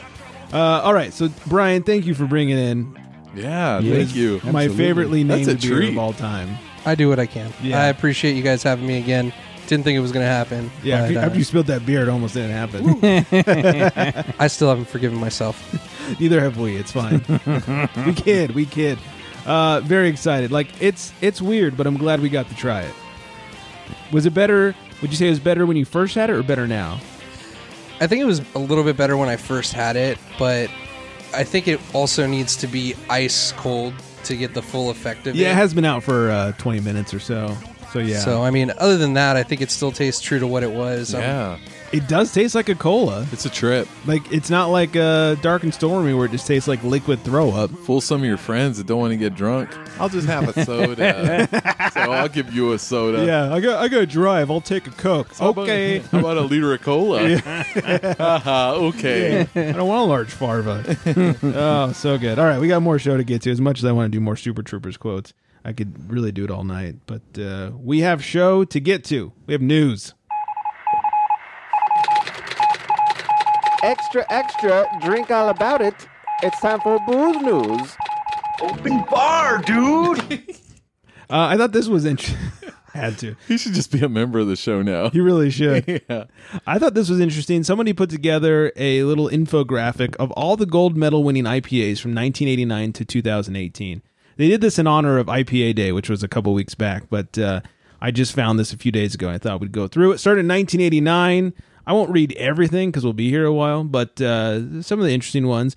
S5: uh, all right. So Brian, thank you for bringing in
S6: Yeah,
S5: It
S6: thank
S5: is
S6: you.
S5: my favoritely
S6: That's
S5: named
S6: a
S5: beer
S6: treat.
S5: of all time.
S8: I do what I can.
S5: Yeah.
S8: I appreciate you guys having me again. Didn't think it was going to happen.
S5: Yeah.
S8: but,
S5: after, you-
S8: uh,
S5: after you spilled that beer, it almost didn't happen.
S8: I still haven't forgiven myself.
S5: Neither have we. It's fine. we kid. We kid. Uh, very excited. Like it's it's weird, but I'm glad we got to try it. Was it better? Would you say it was better when you first had it, or better now?
S8: I think it was a little bit better when I first had it, but I think it also needs to be ice cold to get the full effect of
S5: Yeah,
S8: it.
S5: it has been out for uh, 20 minutes or so. So yeah,
S8: So I mean, other than that, I think it still tastes true to what it was. Um,
S6: Yeah,
S5: it does taste like a cola.
S6: it's a trip.
S5: Like it's not like uh, dark and stormy where it just tastes like liquid throw up.
S6: Uh, Fool some of your friends that don't want to get drunk. I'll just have a soda. so I'll give you a soda.
S5: Yeah, I got I got to drive. I'll take a coke.
S6: How about-
S5: okay,
S6: how about a liter of cola? Haha, okay.
S5: I don't want a large farva. oh, so good. All right, we got more show to get to. As much as I want to do more Super Troopers quotes, I could really do it all night. But uh, we have show to get to. We have news.
S2: Extra, extra, drink all about it. It's time for booze news.
S11: Open bar, dude.
S5: Uh, I thought this was interesting. Had to.
S6: He should just be a member of the show now.
S5: You really should. I thought this was interesting. Somebody put together a little infographic of all the gold medal winning IPAs from 1989 to 2018. They did this in honor of IPA Day, which was a couple weeks back, but uh, I just found this a few days ago. I thought we'd go through it. Started in 1989. I won't read everything because we'll be here a while, but uh, some of the interesting ones.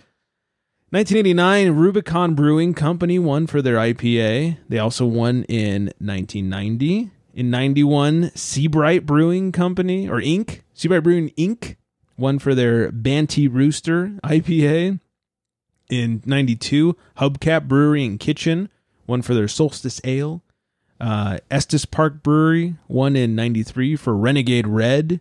S5: 1989, Rubicon Brewing Company won for their IPA. They also won in 1990. In 91, Seabright Brewing Company, or Inc., Seabright Brewing Inc., won for their Banty Rooster IPA. In 92, Hubcap Brewery and Kitchen one for their Solstice Ale, uh, Estes Park Brewery, one in 93 for Renegade Red.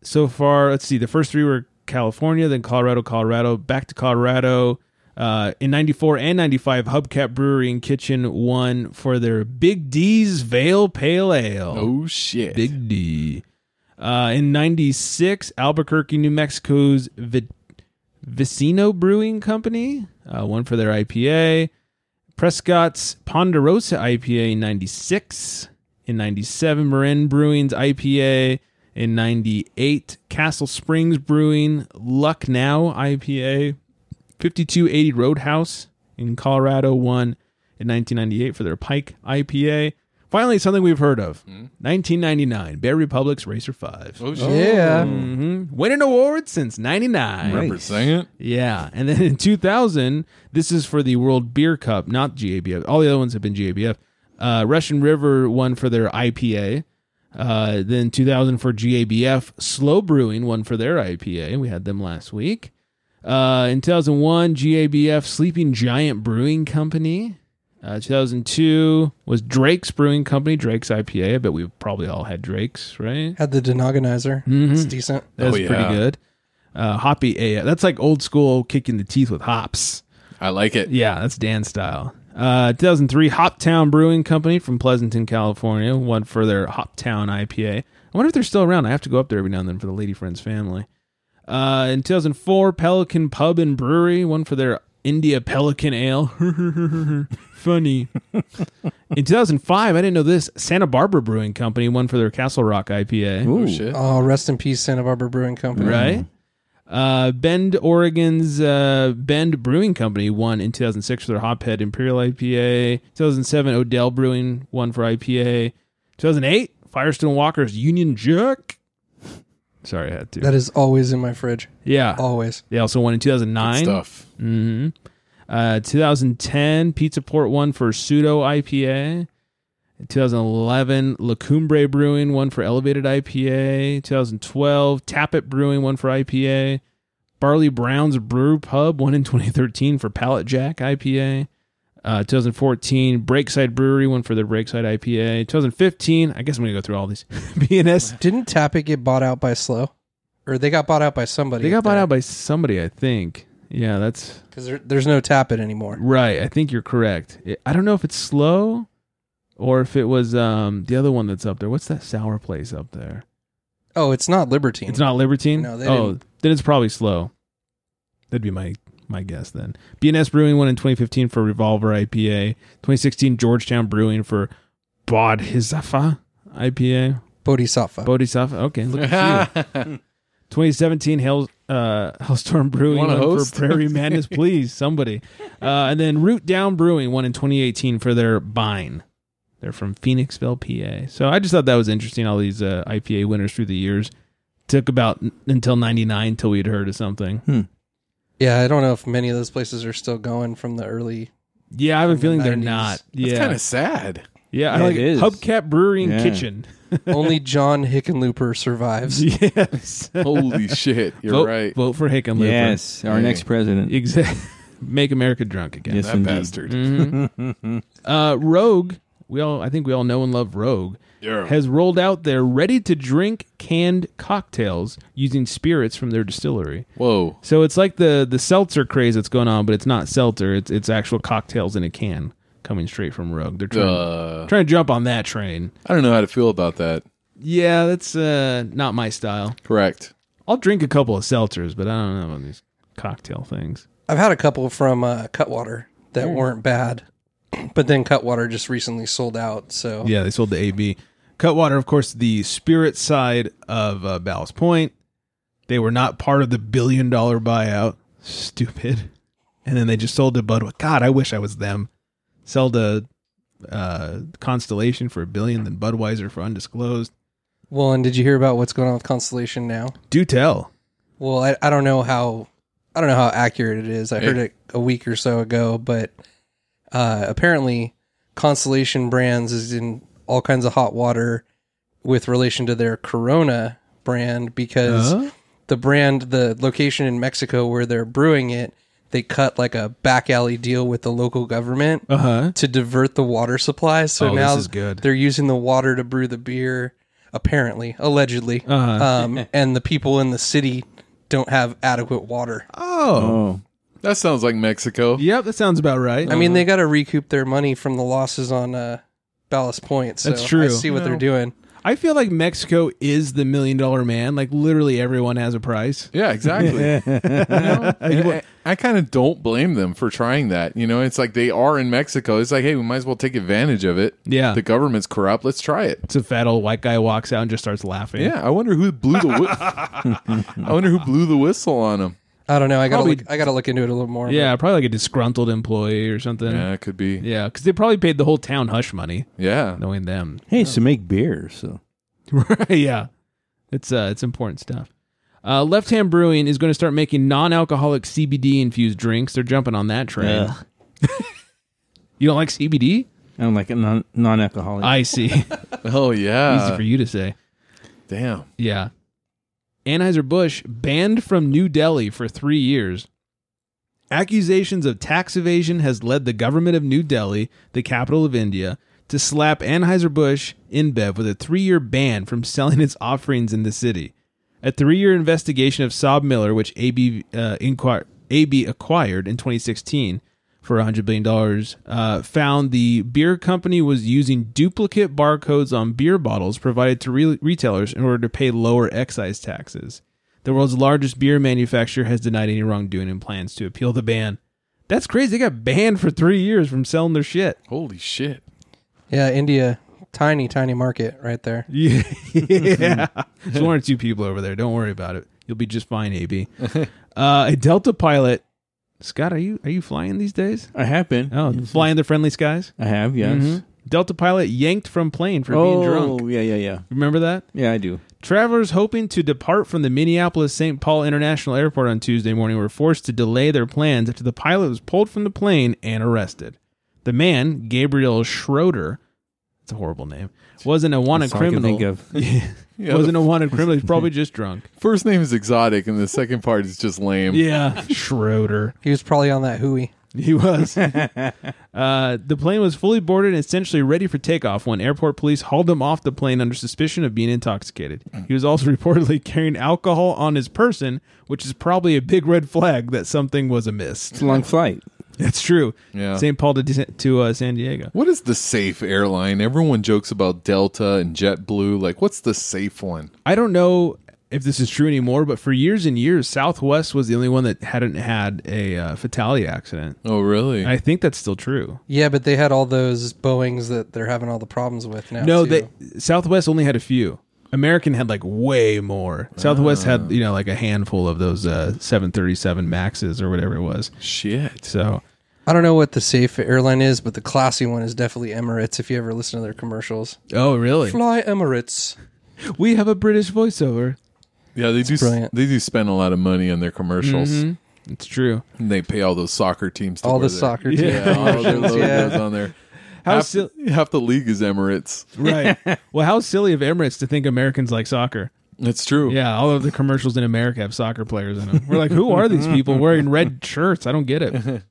S5: So far, let's see, the first three were California, then Colorado, Colorado, back to Colorado. Uh, in 94 and 95, Hubcap Brewery and Kitchen won for their Big D's Vale Pale Ale.
S6: Oh, shit.
S5: Big D. Uh, in 96, Albuquerque, New Mexico's Vi- Vicino Brewing Company, uh, one for their IPA. Prescott's Ponderosa IPA in 96. In 97, Marin Brewing's IPA. In 98, Castle Springs Brewing Lucknow IPA. 5280 Roadhouse in Colorado won in 1998 for their Pike IPA. Finally, something we've heard of 1999, Bear Republic's Racer 5.
S6: Oh,
S8: shit. Yeah.
S5: hmm Winning awards since 99.
S6: Remember saying it?
S5: Yeah. And then in 2000, this is for the World Beer Cup, not GABF. All the other ones have been GABF. Uh, Russian River won for their IPA. Uh, then 2000 for GABF. Slow Brewing won for their IPA. We had them last week. Uh, in 2001, GABF Sleeping Giant Brewing Company. Uh, 2002 was Drake's Brewing Company, Drake's IPA. I bet we've probably all had Drake's, right?
S8: Had the denogonizer. It's decent.
S5: That's pretty good. Uh, hoppy AF. That's like old school kicking the teeth with hops.
S6: I like it.
S5: Yeah, that's Dan style. Uh, 2003 Hoptown Brewing Company from Pleasanton, California, one for their Hoptown IPA. I wonder if they're still around. I have to go up there every now and then for the lady friend's family. Uh, in 2004, Pelican Pub and Brewery, one for their India Pelican Ale. Funny. in 2005, I didn't know this. Santa Barbara Brewing Company, one for their Castle Rock IPA.
S8: Oh, rest in peace, Santa Barbara Brewing Company.
S5: Right. Uh, Bend, Oregon's uh, Bend Brewing Company won in 2006 for their Hophead Imperial IPA. 2007, Odell Brewing won for IPA. 2008, Firestone Walker's Union Jack. Sorry, I had to.
S8: That is always in my fridge.
S5: Yeah.
S8: Always.
S5: They also won in 2009.
S6: Good stuff.
S5: hmm Uh, 2010, Pizza Port won for Pseudo IPA. 2011, Lacumbre Brewing won for Elevated IPA. 2012, Tappet Brewing won for IPA. Barley Brown's Brew Pub won in 2013 for Pallet Jack IPA. Uh, 2014, Breakside Brewery won for their Breakside IPA. 2015, I guess I'm going to go through all these. BNS.
S8: Didn't Tappet get bought out by Slow? Or they got bought out by somebody.
S5: They got bought out by somebody, I think. Yeah, that's
S8: Because there, there's no Tappet anymore.
S5: Right. I think you're correct. I- I don't know if it's slow or if it was um, the other one that's up there. What's that sour place up there?
S8: Oh, it's not Libertine.
S5: It's not Libertine?
S8: No, they
S5: oh,
S8: didn't.
S5: then it's probably slow. That'd be my my guess then. BNS Brewing won in 2015 for Revolver IPA. 2016 Georgetown Brewing for Bodhisattva IPA.
S8: Bodhisattva.
S5: Bodhisattva. Okay, look at you. 2017 Hell, uh, Hellstorm Brewing
S6: Wanna
S5: one
S6: host?
S5: for Prairie Madness, please somebody. Uh, and then Root Down Brewing one in 2018 for their Bine. They're from Phoenixville, PA. So I just thought that was interesting. All these uh, IPA winners through the years took about n- until 99 till we'd heard of something.
S8: Hmm. Yeah, I don't know if many of those places are still going from the early.
S5: Yeah, I have a feeling they're
S8: 90s.
S5: not.
S8: That's
S5: Yeah,
S6: kinda sad.
S5: Yeah, I
S8: Yeah,
S5: like
S8: it is.
S5: Hubcap Brewery and
S8: Yeah.
S5: Kitchen.
S8: Only John Hickenlooper survives.
S5: Yes.
S6: Holy shit. You're
S5: vote,
S6: right.
S5: Vote for Hickenlooper.
S7: Yes, our next president.
S5: Exactly. Make America drunk again.
S7: Yes, That indeed. bastard.
S5: Mhm. uh, Rogue, we all I think we all know and love Rogue.
S6: Yeah.
S5: Has rolled out their ready to drink canned cocktails using spirits from their distillery.
S6: Whoa.
S5: So it's like the the seltzer craze that's going on, but it's not seltzer. It's it's actual cocktails in a can coming straight from Rogue. They're trying,
S6: Uh,
S5: trying to jump on that train.
S6: I don't know how to feel about that.
S5: Yeah, that's uh, not my style.
S6: Correct.
S5: I'll drink a couple of seltzers, but I don't know about these cocktail things.
S8: I've had a couple from uh, Cutwater that weren't bad, but then Cutwater just recently sold out. So
S5: Yeah, they sold the AB. Cutwater, of course, the spirit side of uh, Ballast Point. They were not part of the billion dollar buyout. Stupid. And then they just sold to Budweiser. God, I wish I was them. Sold to uh, Constellation for a billion, then Budweiser for undisclosed.
S8: Well, and did you hear about what's going on with Constellation now?
S5: Do tell.
S8: Well, I, I don't know how I don't know how accurate it is. I
S5: Hey.
S8: heard it a week or so ago, but uh, apparently Constellation Brands is in all kinds of hot water with relation to their Corona brand because
S5: Huh?
S8: the brand, the location in Mexico where they're brewing it, they cut like a back alley deal with the local government
S5: Uh-huh.
S8: to divert the water supply. So
S5: Oh, this
S8: now
S5: is good.
S8: they're using the water to brew the beer, apparently, allegedly.
S5: Uh-huh.
S8: Um, and the people in the city don't have adequate water.
S5: Oh.
S6: That sounds like Mexico.
S5: Yep, that sounds about right.
S8: Oh. I mean, they got to recoup their money from the losses on uh, Ballast Point. So
S5: That's true.
S8: I see what they're doing.
S5: I feel like Mexico is the million dollar man. Like literally everyone has a price.
S6: Yeah, exactly. You know? I, kind of don't blame them for trying that. You know, it's like they are in Mexico. It's like, hey, we might as well take advantage of it.
S5: Yeah.
S6: The government's corrupt. Let's try it.
S5: It's a fat old white guy walks out and just starts laughing.
S6: Yeah, I wonder who blew the whi- I wonder who blew the whistle on him.
S8: I don't know. I gotta
S5: Probably-
S8: look, I gotta look into it a little more.
S5: Yeah, probably like a disgruntled employee or something.
S6: Yeah, it could be.
S5: Yeah, because they probably paid the whole town hush money.
S6: Yeah.
S5: Knowing them.
S7: Hey, so make beer. So
S5: yeah. It's uh it's important stuff. Uh, Left Hand Brewing is going to start making non-alcoholic CBD infused drinks. They're jumping on that train.
S7: Ugh.
S5: you don't like CBD?
S7: I don't like it non non-alcoholic.
S5: I see.
S6: oh yeah.
S5: Easy for you to say.
S6: Damn.
S5: Yeah. Anheuser-Busch banned from New Delhi for 3 years. Accusations of tax evasion has led the government of New Delhi, the capital of India, to slap Anheuser-Busch InBev with a 3-year ban from selling its offerings in the city. A 3-year investigation of Saab Miller, which AB uh, inquir- AB acquired in 2016 for $100 billion, uh, found the beer company was using duplicate barcodes on beer bottles provided to re- retailers in order to pay lower excise taxes. The world's largest beer manufacturer has denied any wrongdoing and plans to appeal the ban. That's crazy. They got banned for three years from selling their shit.
S6: Holy shit.
S8: Yeah, India, tiny, tiny market right there.
S5: Yeah. yeah. There's one or two people over there. Don't worry about it. You'll be just fine, AB. Uh, a Delta pilot. Scott, are you are you flying these days?
S7: I have been.
S5: Oh, flying the friendly skies?
S7: I have. Yes. Oh.
S5: Mhm. Delta pilot yanked from plane for being drunk.
S7: Yeah, yeah, yeah.
S5: Remember that?
S7: Yeah, I do.
S5: Travelers hoping to depart from the Minneapolis St. Paul International Airport on Tuesday morning were forced to delay their plans after the pilot was pulled from the plane and arrested. The man, Gabriel Schroeder, it's a horrible name, wasn't a wanted
S7: That's all I can
S5: criminal.
S7: think of.
S5: Yeah.
S6: Yeah.
S5: Wasn't a wanted criminal. He's probably just drunk.
S6: First name is exotic and the second part is just lame.
S5: Yeah. Schroeder.
S8: He was probably on that hooey.
S5: He was. Uh, the plane was fully boarded and essentially ready for takeoff when airport police hauled him off the plane under suspicion of being intoxicated. He was also reportedly carrying alcohol on his person, which is probably a big red flag that something was amiss.
S7: It's a long flight.
S5: That's true.
S6: Yeah.
S5: St. Paul to, to uh, San Diego.
S6: What is the safe airline? Everyone jokes about Delta and JetBlue. Like, what's the safe one?
S5: I don't know if this is true anymore, but for years and years, Southwest was the only one that hadn't had a uh, fatality accident.
S6: Oh, really?
S5: I think that's still true.
S8: Yeah, but they had all those Boeings that they're having all the problems with now.
S5: No,
S8: too.
S5: they Southwest only had a few. American had like way more. Southwest had you know like a handful of those uh, 737 Maxes or whatever it was.
S6: Shit.
S5: So
S8: I don't know what the safe airline is, but the classy one is definitely Emirates. If you ever listen to their commercials,
S5: oh really?
S8: fly Emirates.
S5: We have a British voiceover.
S6: Yeah, they do. s-
S8: brilliant.
S6: They do spend a lot of money on their commercials.
S5: Mhm. It's true.
S6: And they pay all those soccer teams. To
S8: All
S6: wear
S8: the
S6: their-
S8: soccer team
S6: Yeah, all their
S8: commercials,
S6: logos
S8: yeah.
S6: on there.
S5: How
S6: half,
S5: sil-
S6: half the league is Emirates.
S5: Right. well, how silly of Emirates to think Americans like soccer.
S6: That's true.
S5: Yeah, all of the commercials in America have soccer players in them. We're like, who are these people wearing red shirts? I don't get it.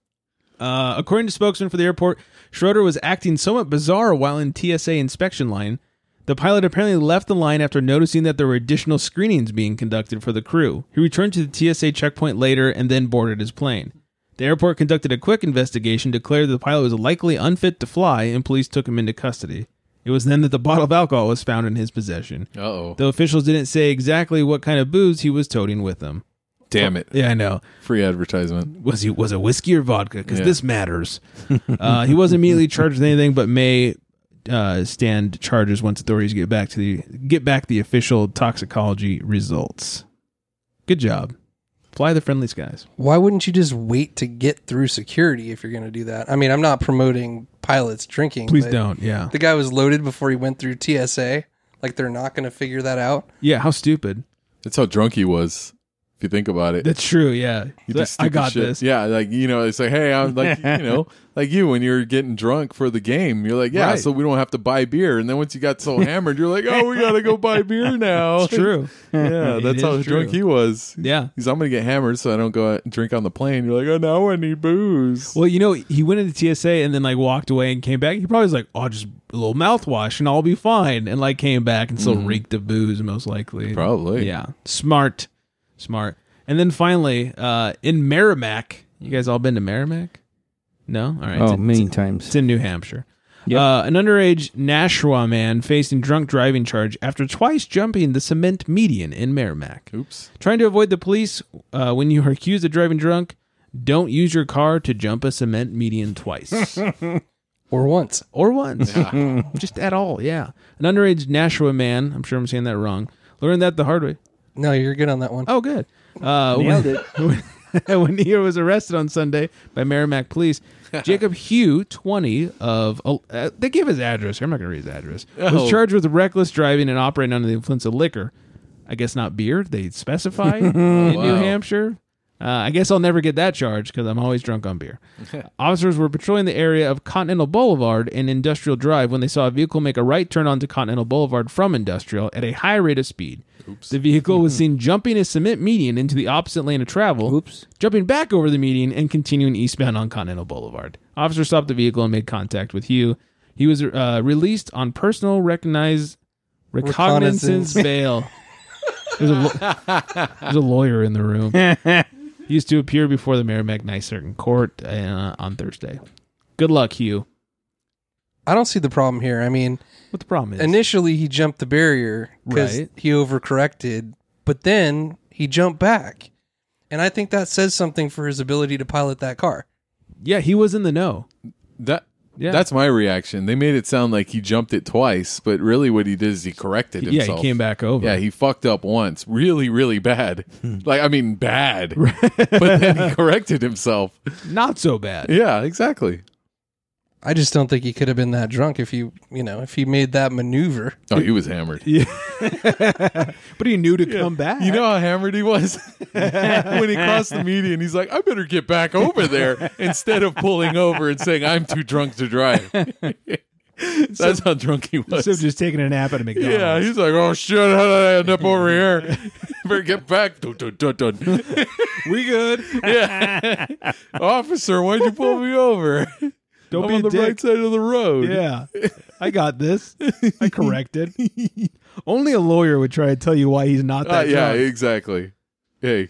S5: Uh, according to spokesman for the airport, Schroeder was acting somewhat bizarre while in TSA inspection line. The pilot apparently left the line after noticing that there were additional screenings being conducted for the crew. He returned to the TSA checkpoint later and then boarded his plane. The airport conducted a quick investigation, declared the pilot was likely unfit to fly, and police took him into custody. It was then that the bottle of alcohol was found in his possession.
S6: Uh oh.
S5: Though officials didn't say exactly what kind of booze he was toting with him.
S6: Damn it.
S5: Yeah, I know.
S6: Free advertisement.
S5: Was he was it whiskey or vodka? Because
S6: Yeah.
S5: this matters. uh, he wasn't immediately charged with anything, but may uh, stand charges once authorities get back to the get back the official toxicology results. Good job. Fly the friendly skies.
S8: Why wouldn't you just wait to get through security if you're going to do that? I mean, I'm not promoting pilots drinking.
S5: Please
S8: but
S5: don't. Yeah.
S8: The guy was loaded before he went through TSA. Like they're not going to figure that out.
S5: Yeah. How stupid.
S6: That's how drunk he was. If you think about it.
S5: That's true. Yeah,
S6: You
S5: So
S6: do
S5: I
S6: stupid
S5: got
S6: shit.
S5: this.
S6: Yeah, like you know, it's like, hey, I'm like, you know, like you when you're getting drunk for the game, you're like, yeah,
S5: Right.
S6: so we don't have to buy beer. And then once you got so hammered, you're like, oh, we gotta go buy beer now.
S5: It's true.
S6: yeah,
S5: It
S6: that's
S5: is
S6: how
S5: true.
S6: drunk he was.
S5: Yeah,
S6: he's I'm gonna get hammered, so I don't go out and drink on the plane. You're like, oh, now I need booze.
S5: Well, you know, he went into TSA and then like walked away and came back. He probably was like, "Oh, just a little mouthwash and I'll be fine," and like came back and still
S6: Mhm.
S5: reeked of booze, most likely.
S6: Probably.
S5: yeah. Smart, smart. And then finally, uh, in Merrimack, you guys all been to Merrimack? No, all right.
S7: Oh,
S5: It's in-
S7: many
S5: it's in-
S7: times.
S5: It's in New Hampshire. Uh, an underage Nashua man facing drunk driving charge after twice jumping the cement median in Merrimack.
S6: Oops.
S5: Trying to avoid the police uh, when you are accused of driving drunk, don't use your car to jump a cement median twice.
S8: or once.
S5: Or once. Just at all, yeah. An underage Nashua man, I'm sure I'm saying that wrong, learned that the hard way.
S8: No, you're good on that one.
S5: Oh, good. Uh,
S8: Nailed
S5: when, it. when he was arrested on Sunday by Merrimack police, Jacob Hugh, 20, of uh, they gave his address. here. I'm not going to read his address.
S6: Oh.
S5: Was charged with reckless driving and operating under the influence of liquor. I guess not beer. They specify in New
S6: Wow.
S5: Hampshire. Uh, I guess I'll never get that charge because I'm always drunk on beer. Officers were patrolling the area of Continental Boulevard and Industrial Drive when they saw a vehicle make a right turn onto Continental Boulevard from Industrial at a high rate of speed. The vehicle was seen jumping a cement median into the opposite lane of travel, Oops. jumping back over the median and continuing eastbound on Continental Boulevard. Officers stopped the vehicle and made contact with Hugh. He was uh, released on personal recognized recognizance
S8: Reconnaissance.
S5: bail. There's a, lo- there's a lawyer in the room. he used to appear before the Merrimack Night Circuit Court uh, on Thursday. Good luck, Hugh.
S8: I don't see the problem here. I mean,
S5: what the problem is?
S8: Initially, he jumped the barrier because
S5: Right.
S8: he overcorrected, but then he jumped back, and I think that says something for his ability to pilot that car.
S5: Yeah, he was in the know.
S6: That
S5: Yeah.
S6: that's my reaction. They made it sound like he jumped it twice, but really what he did is he corrected
S5: Yeah, he
S6: himself.
S5: came back over.
S6: Yeah, he fucked up once, really, really bad. like I mean, bad. but then he corrected himself.
S5: Not so bad.
S6: Yeah, exactly.
S8: I just don't think he could have been that drunk if you you know if he made that maneuver.
S6: Oh, he was hammered.
S5: Yeah. but he knew to come back.
S6: You know how hammered he was when he crossed the median. He's like, "I better get back over there instead of pulling over and saying I'm too drunk to drive." That's how drunk he was.
S5: Instead of just taking a nap at a McDonald's.
S6: Yeah, he's like, oh shit, how did I end up over here? Better get back. Dun, dun, dun, dun.
S5: we good.
S6: Yeah. Officer, why'd you pull me over?
S5: Don't
S6: I'm
S5: be
S6: on
S5: a
S6: the
S5: dick.
S6: right side of the road.
S5: Yeah. I got this. I corrected. Only a lawyer would try to tell you why he's not
S6: Uh,
S5: that
S6: yeah,
S5: drunk.
S6: exactly. Hey.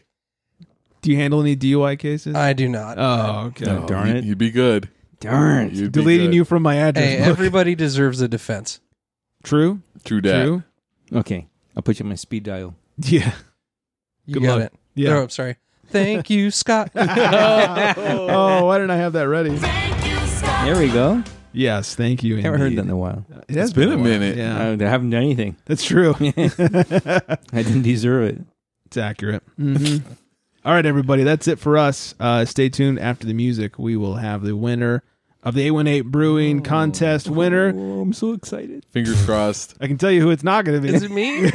S5: Do you handle any DUI cases?
S8: I do not.
S5: Oh, okay.
S6: Oh, you- You'd be good.
S7: Darn.
S6: You'd be
S5: Deleting
S6: good.
S5: you from my address.
S8: Hey,
S5: book.
S8: everybody deserves a defense.
S5: True.
S6: True dat.
S5: True.
S7: Okay, I'll put you on my speed dial.
S5: Yeah.
S8: You
S5: Good
S8: got
S5: luck.
S8: it.
S5: Yeah.
S8: No, I'm sorry. Thank you, Scott.
S5: oh, why didn't I have that ready?
S7: There we go.
S5: Yes, thank you.
S7: Haven't heard
S5: indeed.
S7: that in a while.
S5: It has
S6: It's been a
S5: while.
S6: minute.
S5: Yeah,
S7: I I haven't done anything.
S5: that's true.
S7: I didn't deserve it.
S5: It's accurate. Mm-hmm. All right, everybody, that's it for us. Uh, stay tuned after the music. We will have the winner of the 818 Brewing Contest winner.
S7: Oh, I'm so excited.
S6: Fingers crossed.
S5: I can tell you who it's not going to be.
S8: Is it me?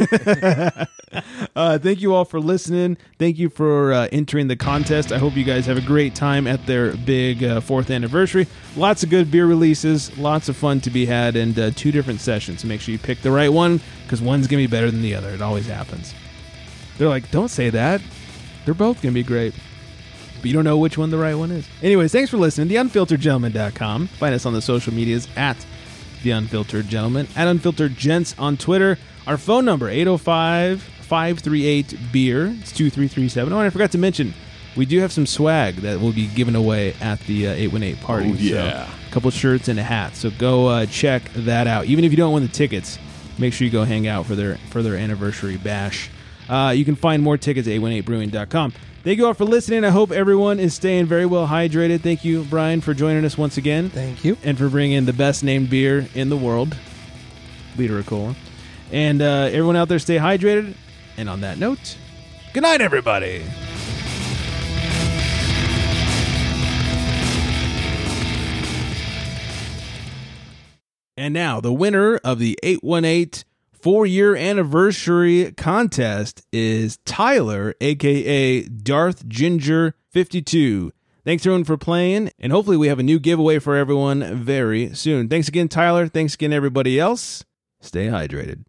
S5: Uh, thank you all for listening. Thank you for uh, entering the contest. I hope you guys have a great time at their big uh, fourth anniversary. Lots of good beer releases, lots of fun to be had, and uh, two different sessions. Make sure you pick the right one because one's going to be better than the other. It always happens. They're like, don't say that. They're both going to be great. But you don't know which one the right one is. Anyways, thanks for listening. TheUnfilteredGentleman.com. Find us on the social medias at The Unfiltered Gentleman, at Unfiltered Gents on Twitter. Our phone number, 805 538 Beer. E It's 2337. Oh, and I forgot to mention, we do have some swag that will be given away at the uh, 818 party.
S6: Oh, yeah.
S5: So, a couple shirts and a hat. So go uh, check that out. Even if you don't win the tickets, make sure you go hang out for their for their anniversary bash. Uh, you can find more tickets at 818brewing.com. Thank you all for listening. I hope everyone is staying very well hydrated. Thank you, Brian, for joining us once again
S8: Thank you.
S5: and for bringing the best named beer in the world, Liter Cola. And uh, everyone out there, stay hydrated. And on that note, good night, everybody. And now, the winner of the 818 four year anniversary contest is Tyler, aka Darth Ginger 52. Thanks everyone for playing, and hopefully we have a new giveaway for everyone very soon. Thanks again, Tyler. Thanks again, everybody else. Stay hydrated.